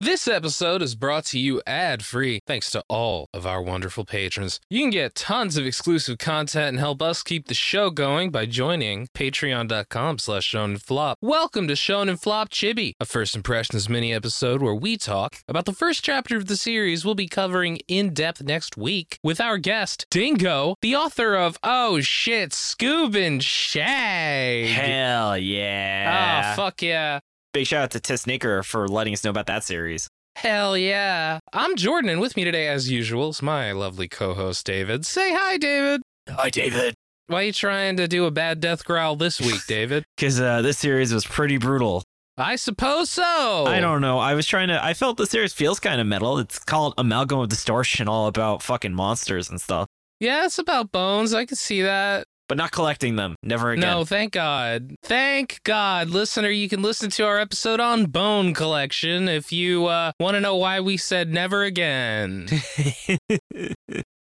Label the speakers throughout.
Speaker 1: This episode is brought to you ad free thanks to all of our wonderful patrons. You can get tons of exclusive content and help us keep the show going by joining patreon.com slash shonen flop. Welcome to Shonen Flop Chibi, a first impressions mini episode where we talk about the first chapter of the series we'll be covering in depth next week with our guest, Dingo, the author of Oh Shit, Scoob and Shag.
Speaker 2: Hell yeah.
Speaker 1: Oh, fuck yeah.
Speaker 2: Oh, Big shout out to Tess Naker for letting us know about that series.
Speaker 1: Hell yeah. I'm Jordan, and with me today, as usual, is my lovely co host, David. Say hi, David.
Speaker 2: Hi, David.
Speaker 1: Why are you trying to do a bad death growl this week, David?
Speaker 2: Because uh, this series was pretty brutal.
Speaker 1: I suppose so.
Speaker 2: I don't know. I was trying to. I felt the series feels kind of metal. It's called Amalgam of Distortion, all about fucking monsters and stuff,
Speaker 1: Yeah, it's about bones. I can see that.
Speaker 2: but not collecting them. Never again.
Speaker 1: No, thank God. Thank God. Listener, you can listen to our episode on Bone Collection if you uh, want to know why we said never again.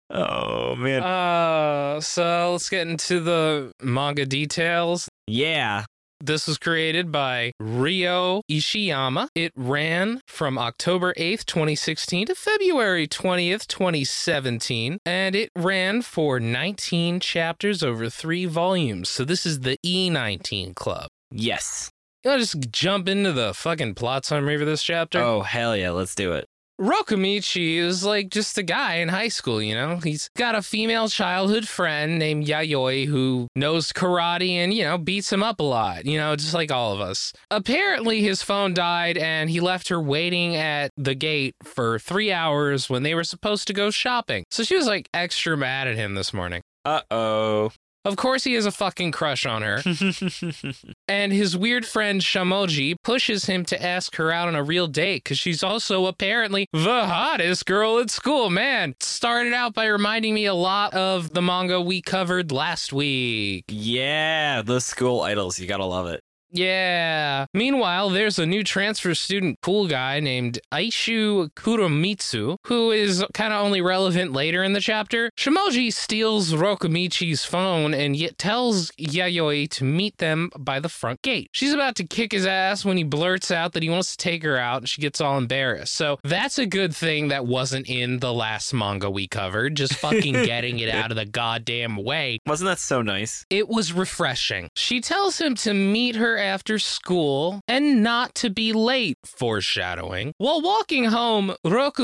Speaker 2: oh, man.
Speaker 1: uh, so let's get into the manga details.
Speaker 2: yeah.
Speaker 1: This was created by Ryo Ishiyama. It ran from October 8th, 2016 to February 20th, 2017, and it ran for 19 chapters over 3 volumes. So this is the E19 club.
Speaker 2: Yes.
Speaker 1: You want just jump into the fucking plot summary for this chapter?
Speaker 2: Oh, hell yeah. Let's do it.
Speaker 1: Rokumichi is like just a guy in high school, you know? He's got a female childhood friend named Yayoi who knows karate and, you know, beats him up a lot, you know, just like all of us. Apparently, his phone died and he left her waiting at the gate for three hours when they were supposed to go shopping. So she was like extra mad at him this morning.
Speaker 2: Uh oh.
Speaker 1: Of course, he has a fucking crush on her. And his weird friend Shamoji pushes him to ask her out on a real date because she's also apparently the hottest girl at school. Man, started out by reminding me a lot of the manga we covered last week.
Speaker 2: yeah. Those school idols. You got to love it.
Speaker 1: Yeah. Meanwhile, there's a new transfer student cool guy named Aishu Kuromitsu, who is kind of only relevant later in the chapter. Shimoji steals Rokumichi's phone and yet tells Yayoi to meet them by the front gate. She's about to kick his ass when he blurts out that he wants to take her out and she gets all embarrassed. So that's a good thing that wasn't in the last manga we covered, just fucking getting it out of the goddamn way.
Speaker 2: Wasn't that so nice?
Speaker 1: It was refreshing. She tells him to meet her after school and not to be late, foreshadowing. While walking home,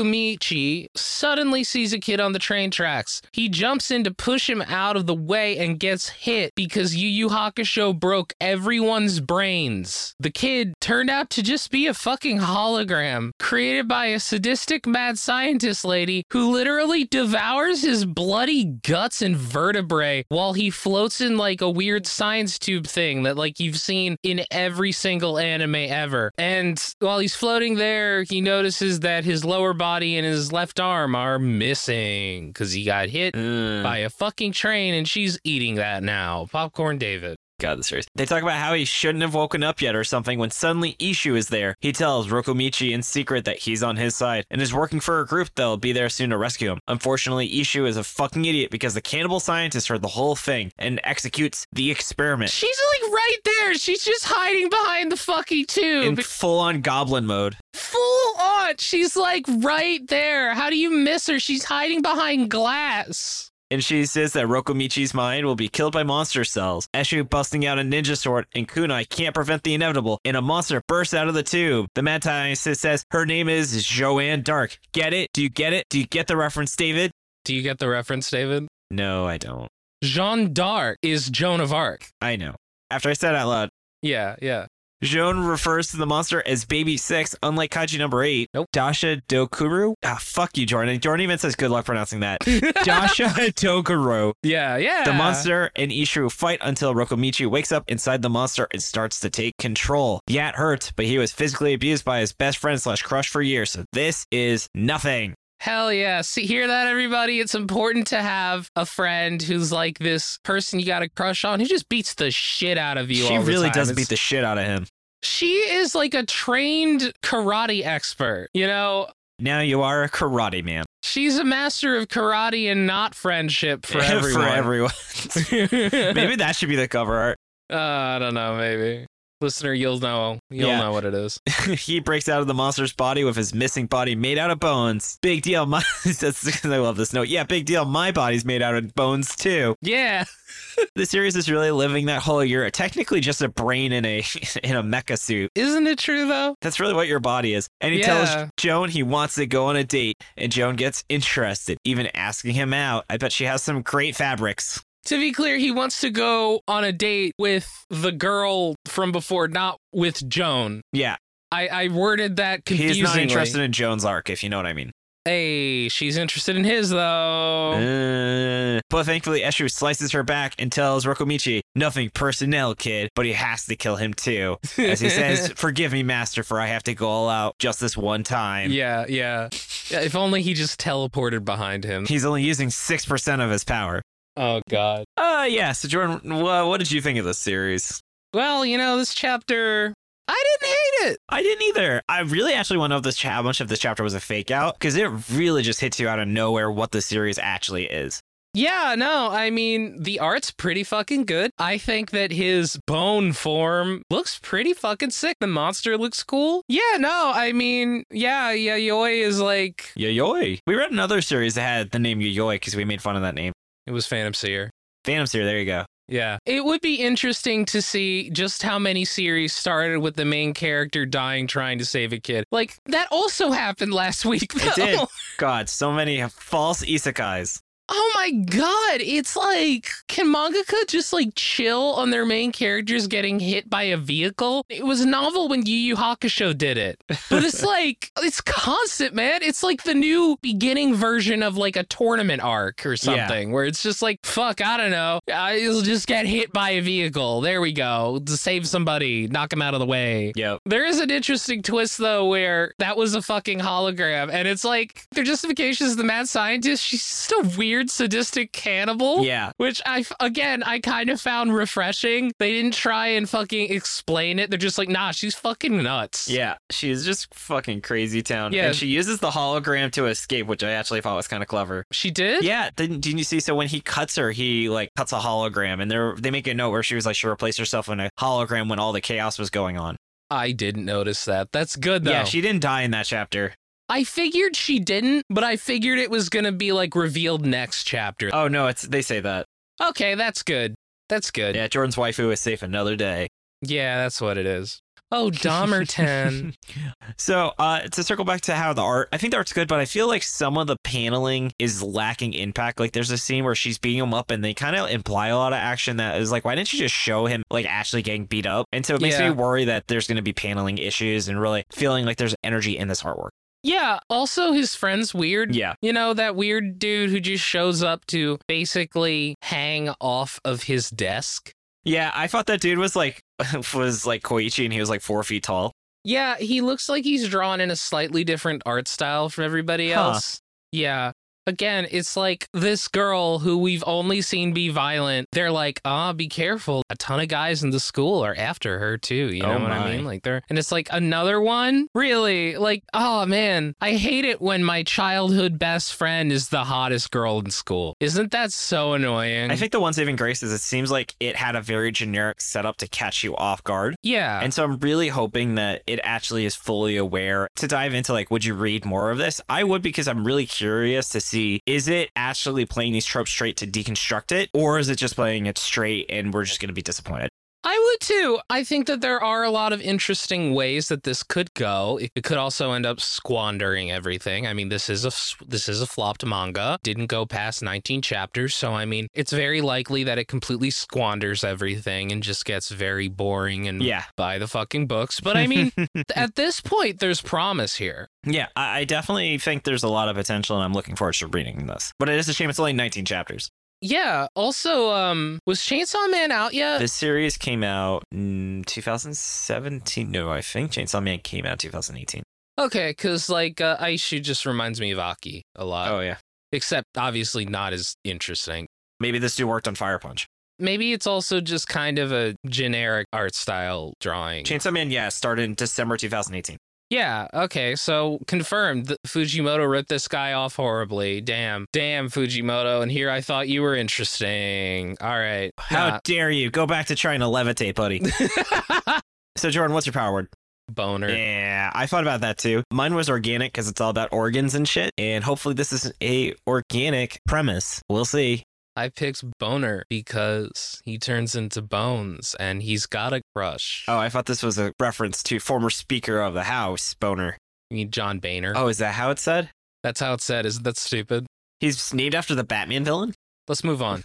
Speaker 1: Rokumichi suddenly sees a kid on the train tracks. He jumps in to push him out of the way and gets hit because Yu Yu Hakusho broke everyone's brains. The kid turned out to just be a fucking hologram created by a sadistic mad scientist lady who literally devours his bloody guts and vertebrae while he floats in like a weird science tube thing that like you've seen in every single anime ever. And while he's floating there, he notices that his lower body and his left arm are missing cuz he got hit
Speaker 2: Mm.
Speaker 1: by a fucking train and she's eating that now. Popcorn David.
Speaker 2: God, this series. They talk about how he shouldn't have woken up yet or something when suddenly Ishu is there. He tells Rokomichi in secret that he's on his side and is working for a group that'll be there soon to rescue him. Unfortunately, Ishu is a fucking idiot because the cannibal scientist heard the whole thing and executes the experiment
Speaker 1: She's like right there. She's just hiding behind the fucking tube.
Speaker 2: in full on goblin mode.
Speaker 1: full on. She's like right there. How do you miss her? She's hiding behind glass.
Speaker 2: And she says that Rokomichi's mind will be killed by monster cells. Eshu busting out a ninja sword and Kunai can't prevent the inevitable and a monster bursts out of the tube. The mad scientist says her name is Joanne Dark. Get it? Do you get it? Do you get the reference, David?
Speaker 1: Do you get the reference, David?
Speaker 2: No, I don't.
Speaker 1: Jeanne d'Arc is Joan of Arc.
Speaker 2: I know. After I said it out loud,
Speaker 1: Yeah, yeah.
Speaker 2: Joan refers to the monster as Baby Six, unlike Kaji number eight.
Speaker 1: Nope.
Speaker 2: Dasha Dokuru? Ah, fuck you, Jordan. Jordan even says good luck pronouncing that. Dasha Dokuru.
Speaker 1: yeah, yeah.
Speaker 2: The monster and Ishu fight until Rokomichi wakes up inside the monster and starts to take control. Yat hurts, but he was physically abused by his best friend slash crush for years, so this is nothing.
Speaker 1: Hell yeah. See, hear that, everybody? It's important to have a friend who's like this person you got a crush on who just beats the shit out of you.
Speaker 2: she
Speaker 1: all the
Speaker 2: really
Speaker 1: time.
Speaker 2: does
Speaker 1: It's-
Speaker 2: beat the shit out of him.
Speaker 1: She is like a trained karate expert. You know,
Speaker 2: Now you are a karate man.
Speaker 1: she's a master of karate and not friendship for everyone.
Speaker 2: for everyone. Maybe that should be the cover art.
Speaker 1: Uh, I don't know, maybe. Listener, you'll know. You'll
Speaker 2: Yeah.
Speaker 1: know what it is.
Speaker 2: he breaks out of the monster's body with his missing body made out of bones. Big deal. My that's, I love this note. Yeah, big deal. My body's made out of bones too.
Speaker 1: Yeah.
Speaker 2: The series is really living that whole you're technically just a brain in a in a mecha suit.
Speaker 1: Isn't it true though?
Speaker 2: That's really what your body is. And he
Speaker 1: Yeah.
Speaker 2: tells Joan he wants to go on a date, and Joan gets interested, even asking him out. I bet she has some great fabrics.
Speaker 1: To be clear, he wants to go on a date with the girl from before, not with Joan.
Speaker 2: Yeah,
Speaker 1: I, I worded that confusingly.
Speaker 2: he's not interested in Joan's arc, if you know what I mean.
Speaker 1: Hey, she's interested in his though.
Speaker 2: Uh, but thankfully, Eshu slices her back and tells Rokomichi, nothing personnel, kid, but he has to kill him too.
Speaker 1: Eh,
Speaker 2: As he says, forgive me, master, for I have to go all out just this one time.
Speaker 1: yeah, yeah. Yeah, If only he just teleported behind him.
Speaker 2: He's only using 6% of his power.
Speaker 1: Oh God.
Speaker 2: Uh, yeah, so Jordan, wha- what did you think of this series?
Speaker 1: Well, you know, this chapter, I didn't hate it.
Speaker 2: I didn't either. I really actually want to know if this cha- how much of this chapter was a fake out because it really just hits you out of nowhere what the series actually is.
Speaker 1: Yeah, no, I mean, the art's pretty fucking good. I think that his bone form looks pretty fucking sick. The monster looks cool. Yeah, no, I mean, yeah, Yayoi is like.
Speaker 2: Yayoi. We read another series that had the name Yayoi because we made fun of that name.
Speaker 1: It was Phantom Seer.
Speaker 2: Phantom Seer, there you go.
Speaker 1: Yeah. It would be interesting to see just how many series started with the main character dying trying to save a kid. Like, that also happened last week.
Speaker 2: It did.
Speaker 1: though.
Speaker 2: God, so many false isekais.
Speaker 1: Oh my god, it's like can mangaka just like chill on their main characters getting hit by a vehicle? It was novel when Yu Yu Hakusho did it. But it's like it's constant, man. It's like the new beginning version of like a tournament arc or something where it's just like fuck, I don't know. I'll just get hit by a vehicle. There we go. To save somebody, knock him out of the way.
Speaker 2: Yep.
Speaker 1: There is an interesting twist though, where that was a fucking hologram, and it's like their justification is the mad scientist. She's just a weird, sadistic cannibal.
Speaker 2: Yeah.
Speaker 1: Which I, f- again, I kind of found refreshing. They didn't try and fucking explain it. They're just like, nah, she's fucking nuts.
Speaker 2: Yeah. She is just fucking crazy town.
Speaker 1: Yeah.
Speaker 2: And she uses the hologram to escape, which I actually thought was kind of clever.
Speaker 1: She did?
Speaker 2: Yeah, didn't didn't you see? So when he cuts her, he like cuts a hologram, and they they make a note where she was like she replaced herself in a hologram when all the chaos was going on.
Speaker 1: I didn't notice that. That's good though.
Speaker 2: Yeah, she didn't die in that chapter.
Speaker 1: I figured she didn't, but I figured it was going to be like revealed next chapter.
Speaker 2: Oh no, it's they say that.
Speaker 1: Okay, that's good. That's good.
Speaker 2: Yeah, Jordan's waifu is safe another day.
Speaker 1: yeah that's what it is. Oh, Dahmerton.
Speaker 2: So uh, to circle back to how the art, I think the art's good, but I feel like some of the paneling is lacking impact. Like there's a scene where she's beating him up, and they kind of imply a lot of action that is like, why didn't you just show him like actually getting beat up? And so it makes
Speaker 1: Yeah.
Speaker 2: me worry that there's going to be paneling issues and really feeling like there's energy in this artwork.
Speaker 1: Yeah. Also, his friend's weird.
Speaker 2: Yeah,
Speaker 1: You know, that weird dude who just shows up to basically hang off of his desk.
Speaker 2: yeah. I thought that dude was like was like Koichi, and he was like four feet tall.
Speaker 1: Yeah, he looks like he's drawn in a slightly different art style from everybody
Speaker 2: Huh.
Speaker 1: else. Yeah. Again, it's like this girl who we've only seen be violent. They're like, ah, be careful. A ton of guys in the school are after her too. You know
Speaker 2: Oh
Speaker 1: what
Speaker 2: my.
Speaker 1: I mean? Like they're and it's like another one? Really? Like, oh man. I hate it when my childhood best friend is the hottest girl in school. Isn't that so annoying?
Speaker 2: I think the one saving grace is it seems like it had a very generic setup to catch you off guard.
Speaker 1: Yeah.
Speaker 2: And so I'm really hoping that it actually is fully aware. To dive into like, would you read more of this? I would because I'm really curious to see is it actually playing these tropes straight to deconstruct it, or is it just playing it straight and we're just going to be disappointed?
Speaker 1: I would too. I think that there are a lot of interesting ways that this could go. It could also end up squandering everything. I mean, this is a this is a flopped manga. Didn't go past 19 chapters, so I mean, it's very likely that it completely squanders everything and just gets very boring and
Speaker 2: Yeah.
Speaker 1: by the fucking books. But I mean, at this point there's promise here.
Speaker 2: yeah, I, I definitely think there's a lot of potential and I'm looking forward to reading this. But it is a shame it's only 19 chapters.
Speaker 1: Yeah, also um was Chainsaw Man out yet?
Speaker 2: This series came out mm, in 2017. No, I think Chainsaw Man came out 2018.
Speaker 1: Okay, cuz like uh, Aishu just reminds me of Aki a lot.
Speaker 2: Oh, yeah.
Speaker 1: Except obviously not as interesting.
Speaker 2: Maybe this dude worked on Fire Punch.
Speaker 1: Maybe it's also just kind of a generic art style drawing.
Speaker 2: Chainsaw Man, yeah, started in December 2018.
Speaker 1: yeah, okay, so confirmed. that Fujimoto ripped this guy off horribly. Damn. Damn, Fujimoto. And here I thought you were interesting. All right.
Speaker 2: How
Speaker 1: Nah.
Speaker 2: dare you? Go back to trying to levitate, buddy. So, Jordan, what's your power word?
Speaker 1: Boner.
Speaker 2: Yeah, I thought about that too. Mine was organic because it's all about organs and shit. And hopefully, this is a organic premise. We'll see.
Speaker 1: I picked Boner because he turns into bones and he's got a crush.
Speaker 2: Oh, I thought this was a reference to former Speaker of the House, Boner.
Speaker 1: I mean, John Boehner.
Speaker 2: Oh, is that how it said?
Speaker 1: That's how it's said. Isn't that stupid?
Speaker 2: He's named after the Batman villain.
Speaker 1: Let's move on.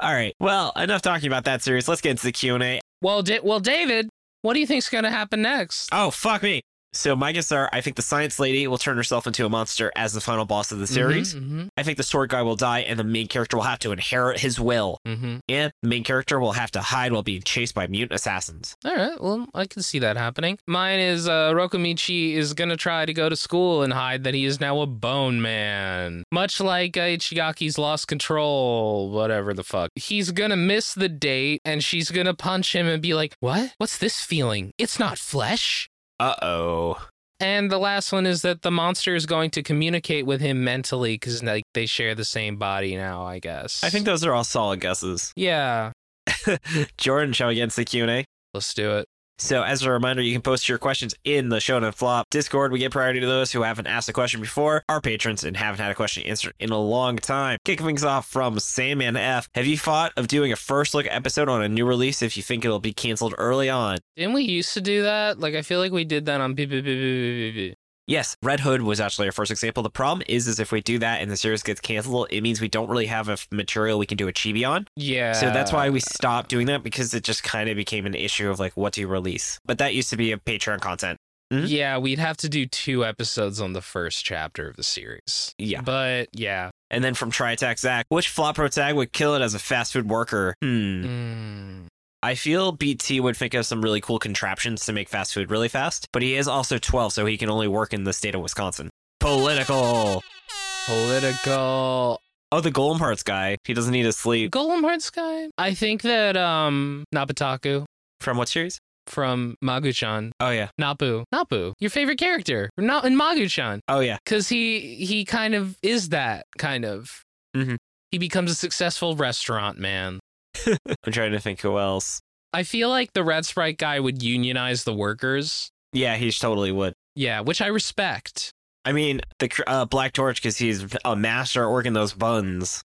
Speaker 2: all right. Well, enough talking about that series. Let's get into the Q and A.
Speaker 1: well, da- well, David, what do you think's going to happen next?
Speaker 2: Oh, fuck me. So my guess are I think the science lady will turn herself into a monster as the final boss of the series.
Speaker 1: Mhm,
Speaker 2: I think the sword guy will die and the main character will have to inherit his will.
Speaker 1: mhm, mhm.
Speaker 2: And the main character will have to hide while being chased by mutant assassins.
Speaker 1: All right. Well, I can see that happening. Mine is uh, Rokumichi is going to try to go to school and hide that he is now a bone man. Much like uh, Ichigaki's lost control, whatever the fuck. He's going to miss the date and she's going to punch him and be like, What? What's this feeling? It's not flesh.
Speaker 2: Uh-oh.
Speaker 1: And the last one is that the monster is going to communicate with him mentally because like, they share the same body now, I guess.
Speaker 2: I think those are all solid guesses.
Speaker 1: Yeah.
Speaker 2: Jordan, shall we get into the Q&A?
Speaker 1: Let's do it.
Speaker 2: So as a reminder, you can post your questions in the Show Shonen Flop Discord. We give priority to those who haven't asked a question before, our patrons, and haven't had a question answered in a long time. Kicking things off from Sandman F. Have you thought of doing a first look episode on a new release if you think it'll be canceled early on?
Speaker 1: Didn't we used to do that? Like, I feel like we did that on. Beep, beep, beep, beep, beep, beep.
Speaker 2: Yes, Red Hood was actually our first example. The problem is, is if we do that and the series gets canceled, it means we don't really have a f- material we can do a chibi on.
Speaker 1: Yeah.
Speaker 2: So that's why we stopped doing that because it just kind of became an issue of like, what do you release? But that used to be a Patreon content. Mhm.
Speaker 1: Yeah, we'd have to do two episodes on the first chapter of the series.
Speaker 2: Yeah.
Speaker 1: But yeah.
Speaker 2: And then from Tri-Attack Zach, which flop pro tag would kill it as a fast food worker? Hmm.
Speaker 1: Mm.
Speaker 2: I feel BT would think of some really cool contraptions to make fast food really fast, but he is also 12, so he can only work in the state of Wisconsin. Political.
Speaker 1: Political.
Speaker 2: Oh, the Golem Hearts guy. He doesn't need to sleep.
Speaker 1: Golem Hearts guy? I think that um Napataku
Speaker 2: From what series?
Speaker 1: from Magu-chan.
Speaker 2: Oh, yeah.
Speaker 1: Napu. Napu. Your favorite character. Not in Magu-chan.
Speaker 2: Oh, yeah.
Speaker 1: Cause he he kind of is that, kind of.
Speaker 2: Mhm.
Speaker 1: He becomes a successful restaurant man.
Speaker 2: I'm trying to think who else.
Speaker 1: I feel like the Red Sprite guy would unionize the workers.
Speaker 2: Yeah, he totally would.
Speaker 1: Yeah, which I respect.
Speaker 2: I mean, the cr- uh, Black Torch, because he's a master at working those buns.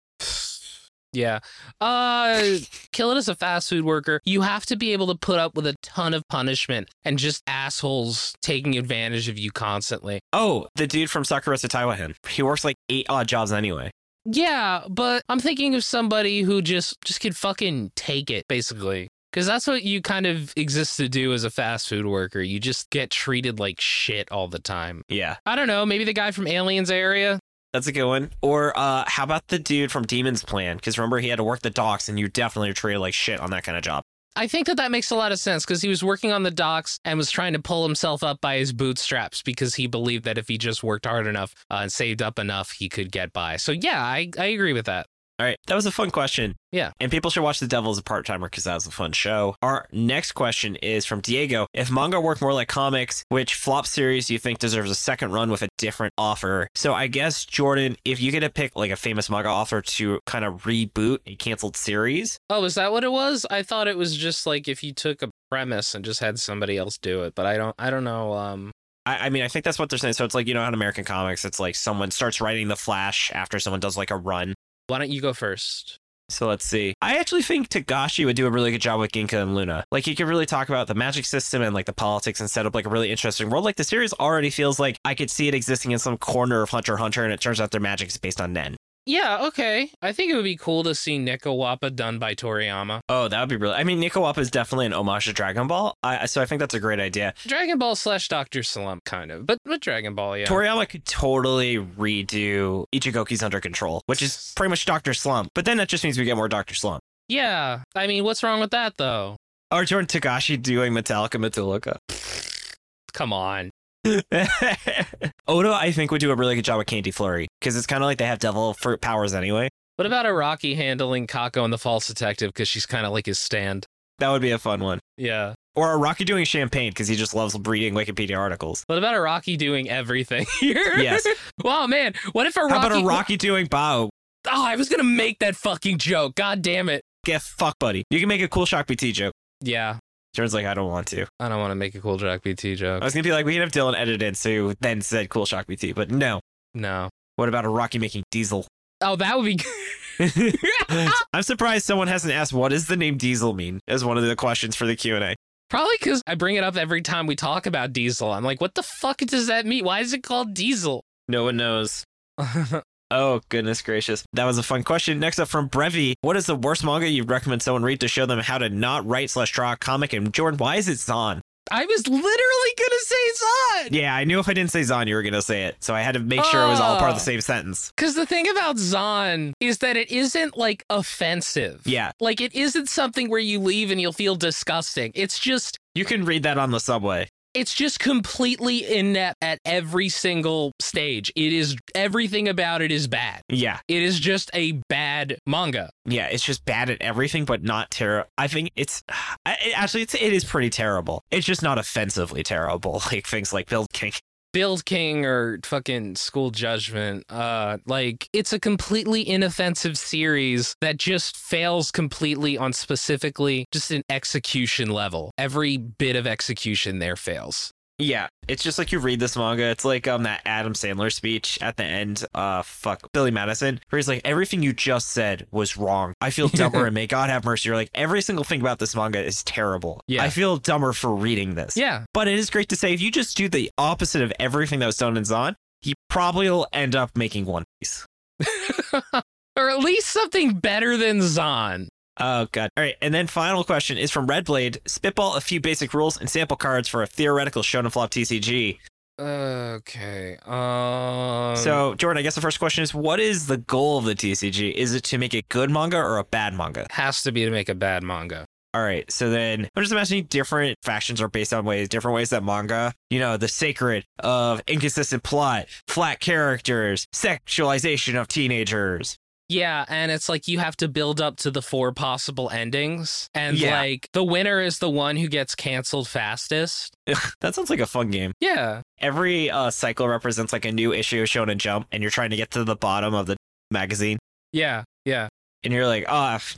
Speaker 1: Yeah. Uh kill it as a fast food worker. You have to be able to put up with a ton of punishment and just assholes taking advantage of you constantly.
Speaker 2: Oh, the dude from Sakura to Taiwan. He works like eight odd jobs anyway.
Speaker 1: Yeah, but I'm thinking of somebody who just just could fucking take it basically. Cuz that's what you kind of exist to do as a fast food worker. You just get treated like shit all the time.
Speaker 2: Yeah.
Speaker 1: I don't know, maybe the guy from Aliens area?
Speaker 2: That's a good one. Or uh, how about the dude from Demon's Plan? Because remember, he had to work the docks, and you definitely are treated like shit on that kind of job.
Speaker 1: I think that that makes a lot of sense because he was working on the docks and was trying to pull himself up by his bootstraps because he believed that if he just worked hard enough uh, and saved up enough, he could get by. So yeah, I, I agree with that.
Speaker 2: All right, that was a fun question.
Speaker 1: Yeah.
Speaker 2: And people should watch The Devil as a Part Timer because that was a fun show. Our next question is from Diego. If manga worked more like comics, which flop series do you think deserves a second run with a different author? So I guess, Jordan, if you get to pick like a famous manga author to kind of reboot a canceled series,
Speaker 1: Oh, is that what it was? I thought it was just like if you took a premise and just had somebody else do it, but I don't I don't know. Um,
Speaker 2: I, I mean, I think that's what they're saying. So it's like, you know, in American comics, it's like someone starts writing The Flash after someone does like a run.
Speaker 1: why don't you go first?
Speaker 2: So let's see. I actually think Tagashi would do a really good job with Ginka and Luna. Like he could really talk about the magic system and like the politics and set up like a really interesting world. Like the series already feels like I could see it existing in some corner of Hunter x Hunter, and it turns out their magic is based on Nen.
Speaker 1: Yeah, okay. I think it would be cool to see Nikowappa done by Toriyama.
Speaker 2: Oh, that would be really. I mean, Nikowapa is definitely an homage to Dragon Ball. I, so I think that's a great idea.
Speaker 1: Dragon Ball slash Doctor Slump, kind of, but but Dragon Ball, yeah.
Speaker 2: Toriyama could totally redo Ichigoki's Under Control, which is pretty much Doctor Slump. But then that just means we get more Doctor Slump.
Speaker 1: yeah, I mean, what's wrong with that though?
Speaker 2: Or Jordan Tagashi doing Metallica Metallica.
Speaker 1: Come on.
Speaker 2: Odo, I think, would do a really good job with Candy Flurry because it's kind of like they have devil fruit powers anyway.
Speaker 1: What about Iraqi handling Kako and the false detective because she's kind of like his stand?
Speaker 2: That would be a fun one.
Speaker 1: Yeah.
Speaker 2: Or Rocky doing champagne because he just loves reading Wikipedia articles.
Speaker 1: What about Iraqi doing everything here?
Speaker 2: Yes.
Speaker 1: wow, man. What if Iraqi?
Speaker 2: How about a Rocky doing Bao?
Speaker 1: Oh, I was gonna make that fucking joke. God damn it.
Speaker 2: Get fuck, buddy. You can make a cool shock BT joke.
Speaker 1: Yeah.
Speaker 2: Jordan's like, I don't want to.
Speaker 1: I don't want to make a cool Jock BT joke.
Speaker 2: I was gonna be like, we can have Dylan edit it, so then said cool shock BT, but no.
Speaker 1: no.
Speaker 2: What about a Rocky making Diesel?
Speaker 1: Oh, that would be
Speaker 2: I'm surprised someone hasn't asked what does the name Diesel mean as one of the questions for the Q and A.
Speaker 1: probably because I bring it up every time we talk about diesel. I'm like, what the fuck does that mean? Why is it called diesel?
Speaker 2: No one knows. Oh goodness gracious, that was a fun question. Next up from Brevi, what is the worst manga you'd recommend someone read to show them how to not write slash draw a comic? And Jordan, why is it Zon?
Speaker 1: I was literally gonna say Zod.
Speaker 2: Yeah, I knew if I didn't say Zon, you were gonna say it, so I had to make sure it was all part of the same sentence.
Speaker 1: Because the thing about Zon is that it isn't like offensive.
Speaker 2: Yeah,
Speaker 1: Like it isn't something where you leave and you'll feel disgusting. It's just
Speaker 2: you can read that on the subway.
Speaker 1: it's just completely inept at every single stage. It is everything about it is bad.
Speaker 2: Yeah,
Speaker 1: It is just a bad manga.
Speaker 2: Yeah, it's just bad at everything, but not terrible. I think it's I, it- actually it's it is pretty terrible. It's just not offensively terrible, like things like Build King.
Speaker 1: Build King or fucking School Judgment. Uh like it's a completely inoffensive series that just fails completely on specifically just an execution level. Every bit of execution there fails.
Speaker 2: Yeah, it's just like you read this manga. It's like um that Adam Sandler speech at the end. Uh, fuck Billy Madison, where he's like, everything you just said was wrong. I feel dumber, and may God have mercy. You're like, every single thing about this manga is terrible.
Speaker 1: Yeah.
Speaker 2: I feel dumber for reading this.
Speaker 1: Yeah.
Speaker 2: But it is great to say if you just do the opposite of everything that was done in Zon, he probably will end up making One Piece.
Speaker 1: or at least something better than Zon.
Speaker 2: Oh god. All right, and then final question is from Red Blade. Spitball a few basic rules and sample cards for a theoretical Shonen Flop TCG.
Speaker 1: Okay. Um
Speaker 2: so, Jordan, I guess the first question is, what is the goal of the TCG? Is it to make a good manga or a bad manga?
Speaker 1: has to be to make a bad manga.
Speaker 2: All right, so then I'm just imagining different factions are based on ways, different ways that manga, you know, the sacred of inconsistent plot, flat characters, sexualization of teenagers.
Speaker 1: Yeah, and it's like you have to build up to the four possible endings. And
Speaker 2: Yeah.
Speaker 1: like the winner is the one who gets canceled fastest.
Speaker 2: That sounds like a fun game.
Speaker 1: Yeah.
Speaker 2: Every uh, cycle represents like a new issue of Shonen Jump, and you're trying to get to the bottom of the magazine.
Speaker 1: Yeah. Yeah.
Speaker 2: and you're like, oh, f-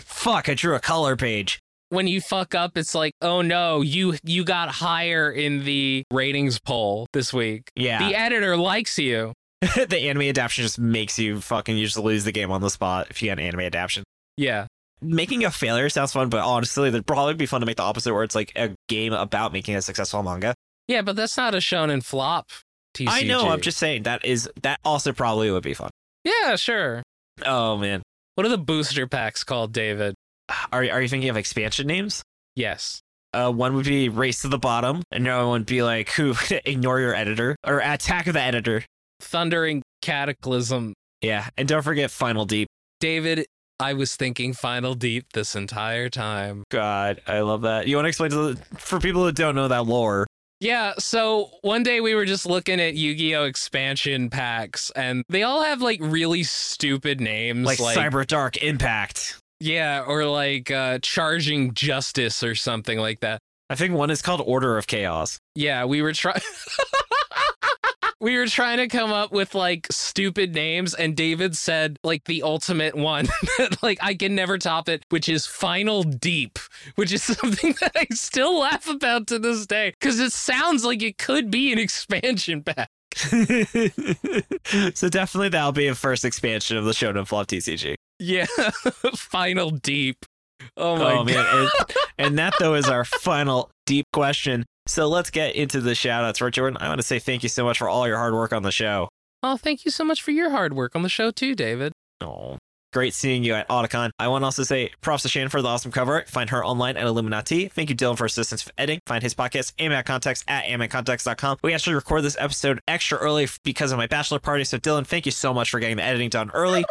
Speaker 2: fuck, I drew a color page.
Speaker 1: When you fuck up, it's like, oh no, you you got higher in the ratings poll this week.
Speaker 2: Yeah.
Speaker 1: The editor likes you.
Speaker 2: The, anime adaptation just makes you fucking you just lose the game on the spot if you had an anime adaptation.
Speaker 1: Yeah.
Speaker 2: Making a failure sounds fun, but honestly, it'd probably be fun to make the opposite where it's like a game about making a successful manga.
Speaker 1: Yeah, but that's not a shonen flop. TCG.
Speaker 2: I know, I'm just saying that is that also probably would be fun.
Speaker 1: Yeah, sure.
Speaker 2: Oh man.
Speaker 1: What are the booster packs called, David?
Speaker 2: Are are you thinking of expansion names?
Speaker 1: Yes.
Speaker 2: Uh, one would be Race to the Bottom, and another one would be like who ignore your editor or Attack of the Editor.
Speaker 1: Thundering Cataclysm
Speaker 2: Yeah, and don't forget Final Deep.
Speaker 1: David, I was thinking Final Deep this entire time.
Speaker 2: God, I love that. You want to explain to the, for people who don't know that lore?
Speaker 1: Yeah, so one day we were just looking at Yu Gi Oh! expansion packs, and they all have like really stupid names.
Speaker 2: Like, Cyber Dark Impact.
Speaker 1: Yeah, or like uh, Charging Justice or something like that.
Speaker 2: I think one is called Order of Chaos.
Speaker 1: Yeah, we were trying. We were trying to come up with like stupid names, and David said like the ultimate one that like I can never top it, which is Final Deep, which is something that I still laugh about to this day because it sounds like it could be an expansion pack.
Speaker 2: so definitely that'll be a first expansion of the Shonen Flop TCG.
Speaker 1: Yeah, Final Deep. Oh my
Speaker 2: oh man, and, and that though is our final deep question. So let's get into the shout outs. Right, Jordan, I want to say thank you so much for all your hard work on the show.
Speaker 1: Oh, thank you so much for your hard work on the show too, David.
Speaker 2: Oh, great seeing you at Otacon. I want to also say props to Shannon for the awesome cover. art. Find her online at Illuminati. Thank you, Dylan, for assistance with editing. Find his podcast, AMAT Contacts, at AMATcontacts.com. We actually record this episode extra early because of my bachelor party. So, Dylan, thank you so much for getting the editing done early.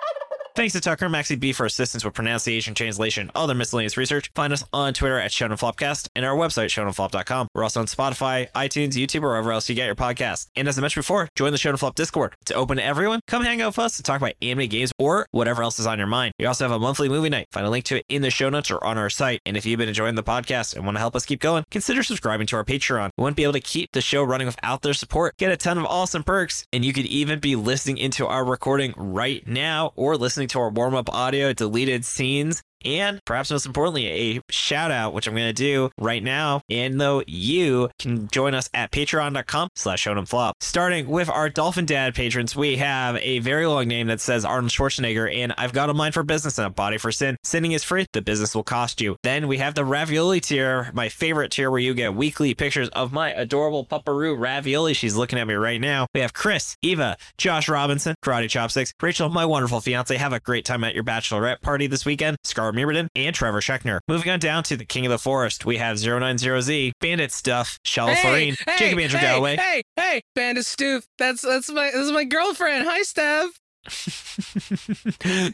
Speaker 2: Thanks to Tucker and Maxie B for assistance with pronunciation, translation, and other miscellaneous research. Find us on Twitter at ShonenFlopcast and our website, ShonenFlop.com. We're also on Spotify, iTunes, YouTube, or wherever else you get your podcast. And as I mentioned before, join the Shonen Flop Discord. It's open to everyone. Come hang out with us and talk about anime games or whatever else is on your mind. We also have a monthly movie night. Find a link to it in the show notes or on our site. And if you've been enjoying the podcast and want to help us keep going, consider subscribing to our Patreon. We wouldn't be able to keep the show running without their support. Get a ton of awesome perks, and you could even be listening into our recording right now or listening to our warm up audio, deleted scenes, And perhaps most importantly, a shout out, which I'm going to do right now. And though you can join us at patreon.com slash flop. Starting with our Dolphin Dad patrons, we have a very long name that says Arnold Schwarzenegger, and I've got a mind for business and a body for sin. Sinning is free, the business will cost you. Then we have the Ravioli tier, my favorite tier where you get weekly pictures of my adorable pupperoo Ravioli. She's looking at me right now. We have Chris, Eva, Josh Robinson, Karate Chopsticks, Rachel, my wonderful fiance. Have a great time at your bachelorette party this weekend. Scar Mirrodin and Trevor Schechner. Moving on down to the King of the Forest, we have 090Z, Bandit Stuff, Shallow Farine, Jacob Andrew
Speaker 1: hey,
Speaker 2: Dalloway.
Speaker 1: Hey, hey, Bandit Stoof. That's that's my this is my girlfriend. Hi, Steph.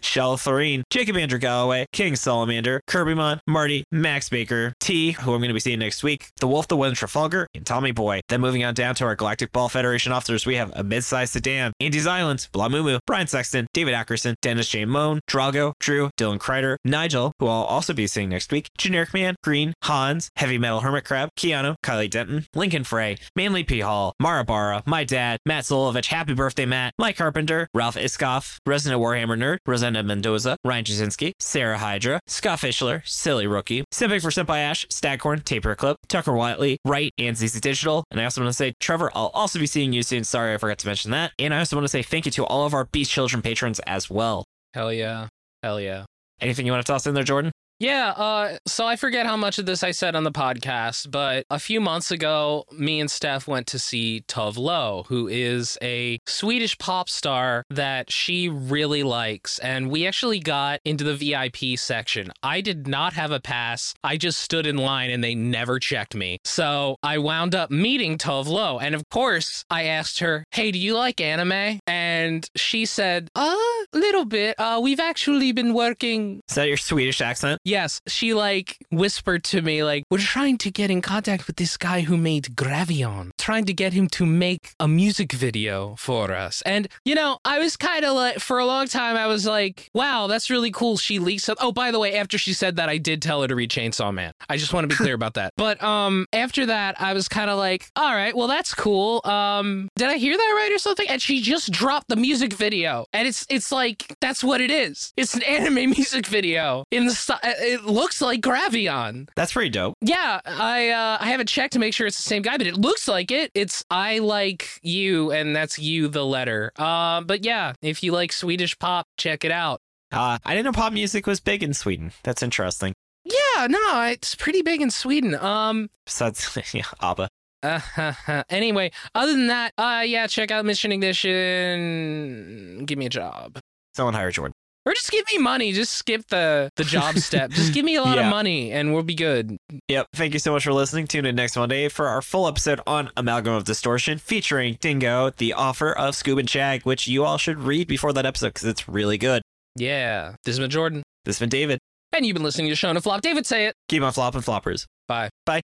Speaker 2: Shell Thoreen, Jacob Andrew Galloway, King Salamander, Kirbymon, Marty, Max Baker, T, who I'm going to be seeing next week, The Wolf, The One, Trafalgar, and Tommy Boy. Then moving on down to our Galactic Ball Federation officers, we have a mid-sized sedan, Andy's Island, Blamumu, Brian Sexton, David Ackerson, Dennis J. Moan, Drago, Drew, Dylan Kreider, Nigel, who I'll also be seeing next week, Generic Man, Green, Hans, Heavy Metal Hermit Crab, Keanu, Kylie Denton, Lincoln Frey, Manly P. Hall, Mara Barra, My Dad, Matt Solovich, Happy Birthday Matt, Mike Carpenter, Ralph Iskoff, Resident Warhammer Nerd, Rosanna Mendoza, Ryan Jasinski, Sarah Hydra, Scott Fischler, Silly Rookie, Simping for Senpai Ash, Staghorn, Taper Clip, Tucker Whiteley, Wright, and ZZ Digital. And I also want to say, Trevor, I'll also be seeing you soon. Sorry I forgot to mention that. And I also want to say thank you to all of our Beast Children patrons as well.
Speaker 1: Hell yeah. Hell yeah.
Speaker 2: Anything you want to toss in there, Jordan?
Speaker 1: Yeah, uh, so I forget how much of this I said on the podcast, but a few months ago, me and Steph went to see Tove Lo, who is a Swedish pop star that she really likes. And we actually got into the VIP section. I did not have a pass. I just stood in line and they never checked me. So I wound up meeting Tove Lo. And of course, I asked her, hey, do you like anime? And she said, uh, little bit. Uh, we've actually been working
Speaker 2: Is that your Swedish accent?
Speaker 1: Yes, she like whispered to me like, "We're trying to get in contact with this guy who made Gravion, trying to get him to make a music video for us." And you know, I was kind of like, for a long time, I was like, "Wow, that's really cool." She leaks. Up. Oh, by the way, after she said that, I did tell her to read Chainsaw Man. I just want to be clear about that. But um, after that, I was kind of like, "All right, well, that's cool." Um, did I hear that right or something? And she just dropped the music video, and it's it's like that's what it is. It's an anime music video in the sti- uh, it looks like Gravion.
Speaker 2: That's pretty dope.
Speaker 1: Yeah, I uh, I haven't checked to make sure it's the same guy, but it looks like it. It's I like you, and that's you the letter. Uh, but yeah, if you like Swedish pop, check it out.
Speaker 2: Uh, I didn't know pop music was big in Sweden. That's interesting.
Speaker 1: Yeah, no, it's pretty big in Sweden. Um,
Speaker 2: Besides, yeah, ABBA.
Speaker 1: uh, anyway, other than that, uh, yeah, check out Mission Ignition. Give me a job,
Speaker 2: Someone hire Jordan.
Speaker 1: or just give me money. Just skip the the job step. Just give me a lot
Speaker 2: Yeah.
Speaker 1: of money, and we'll be good.
Speaker 2: Yep. Thank you so much for listening. Tune in next Monday for our full episode on Amalgam of Distortion featuring Dingo, the author of Scoob and Shag, which you all should read before that episode because it's really good.
Speaker 1: Yeah, this has been Jordan,
Speaker 2: This has been David.
Speaker 1: and you've been listening to Shona Flop. David, say it.
Speaker 2: Keep on flopping floppers.
Speaker 1: Bye.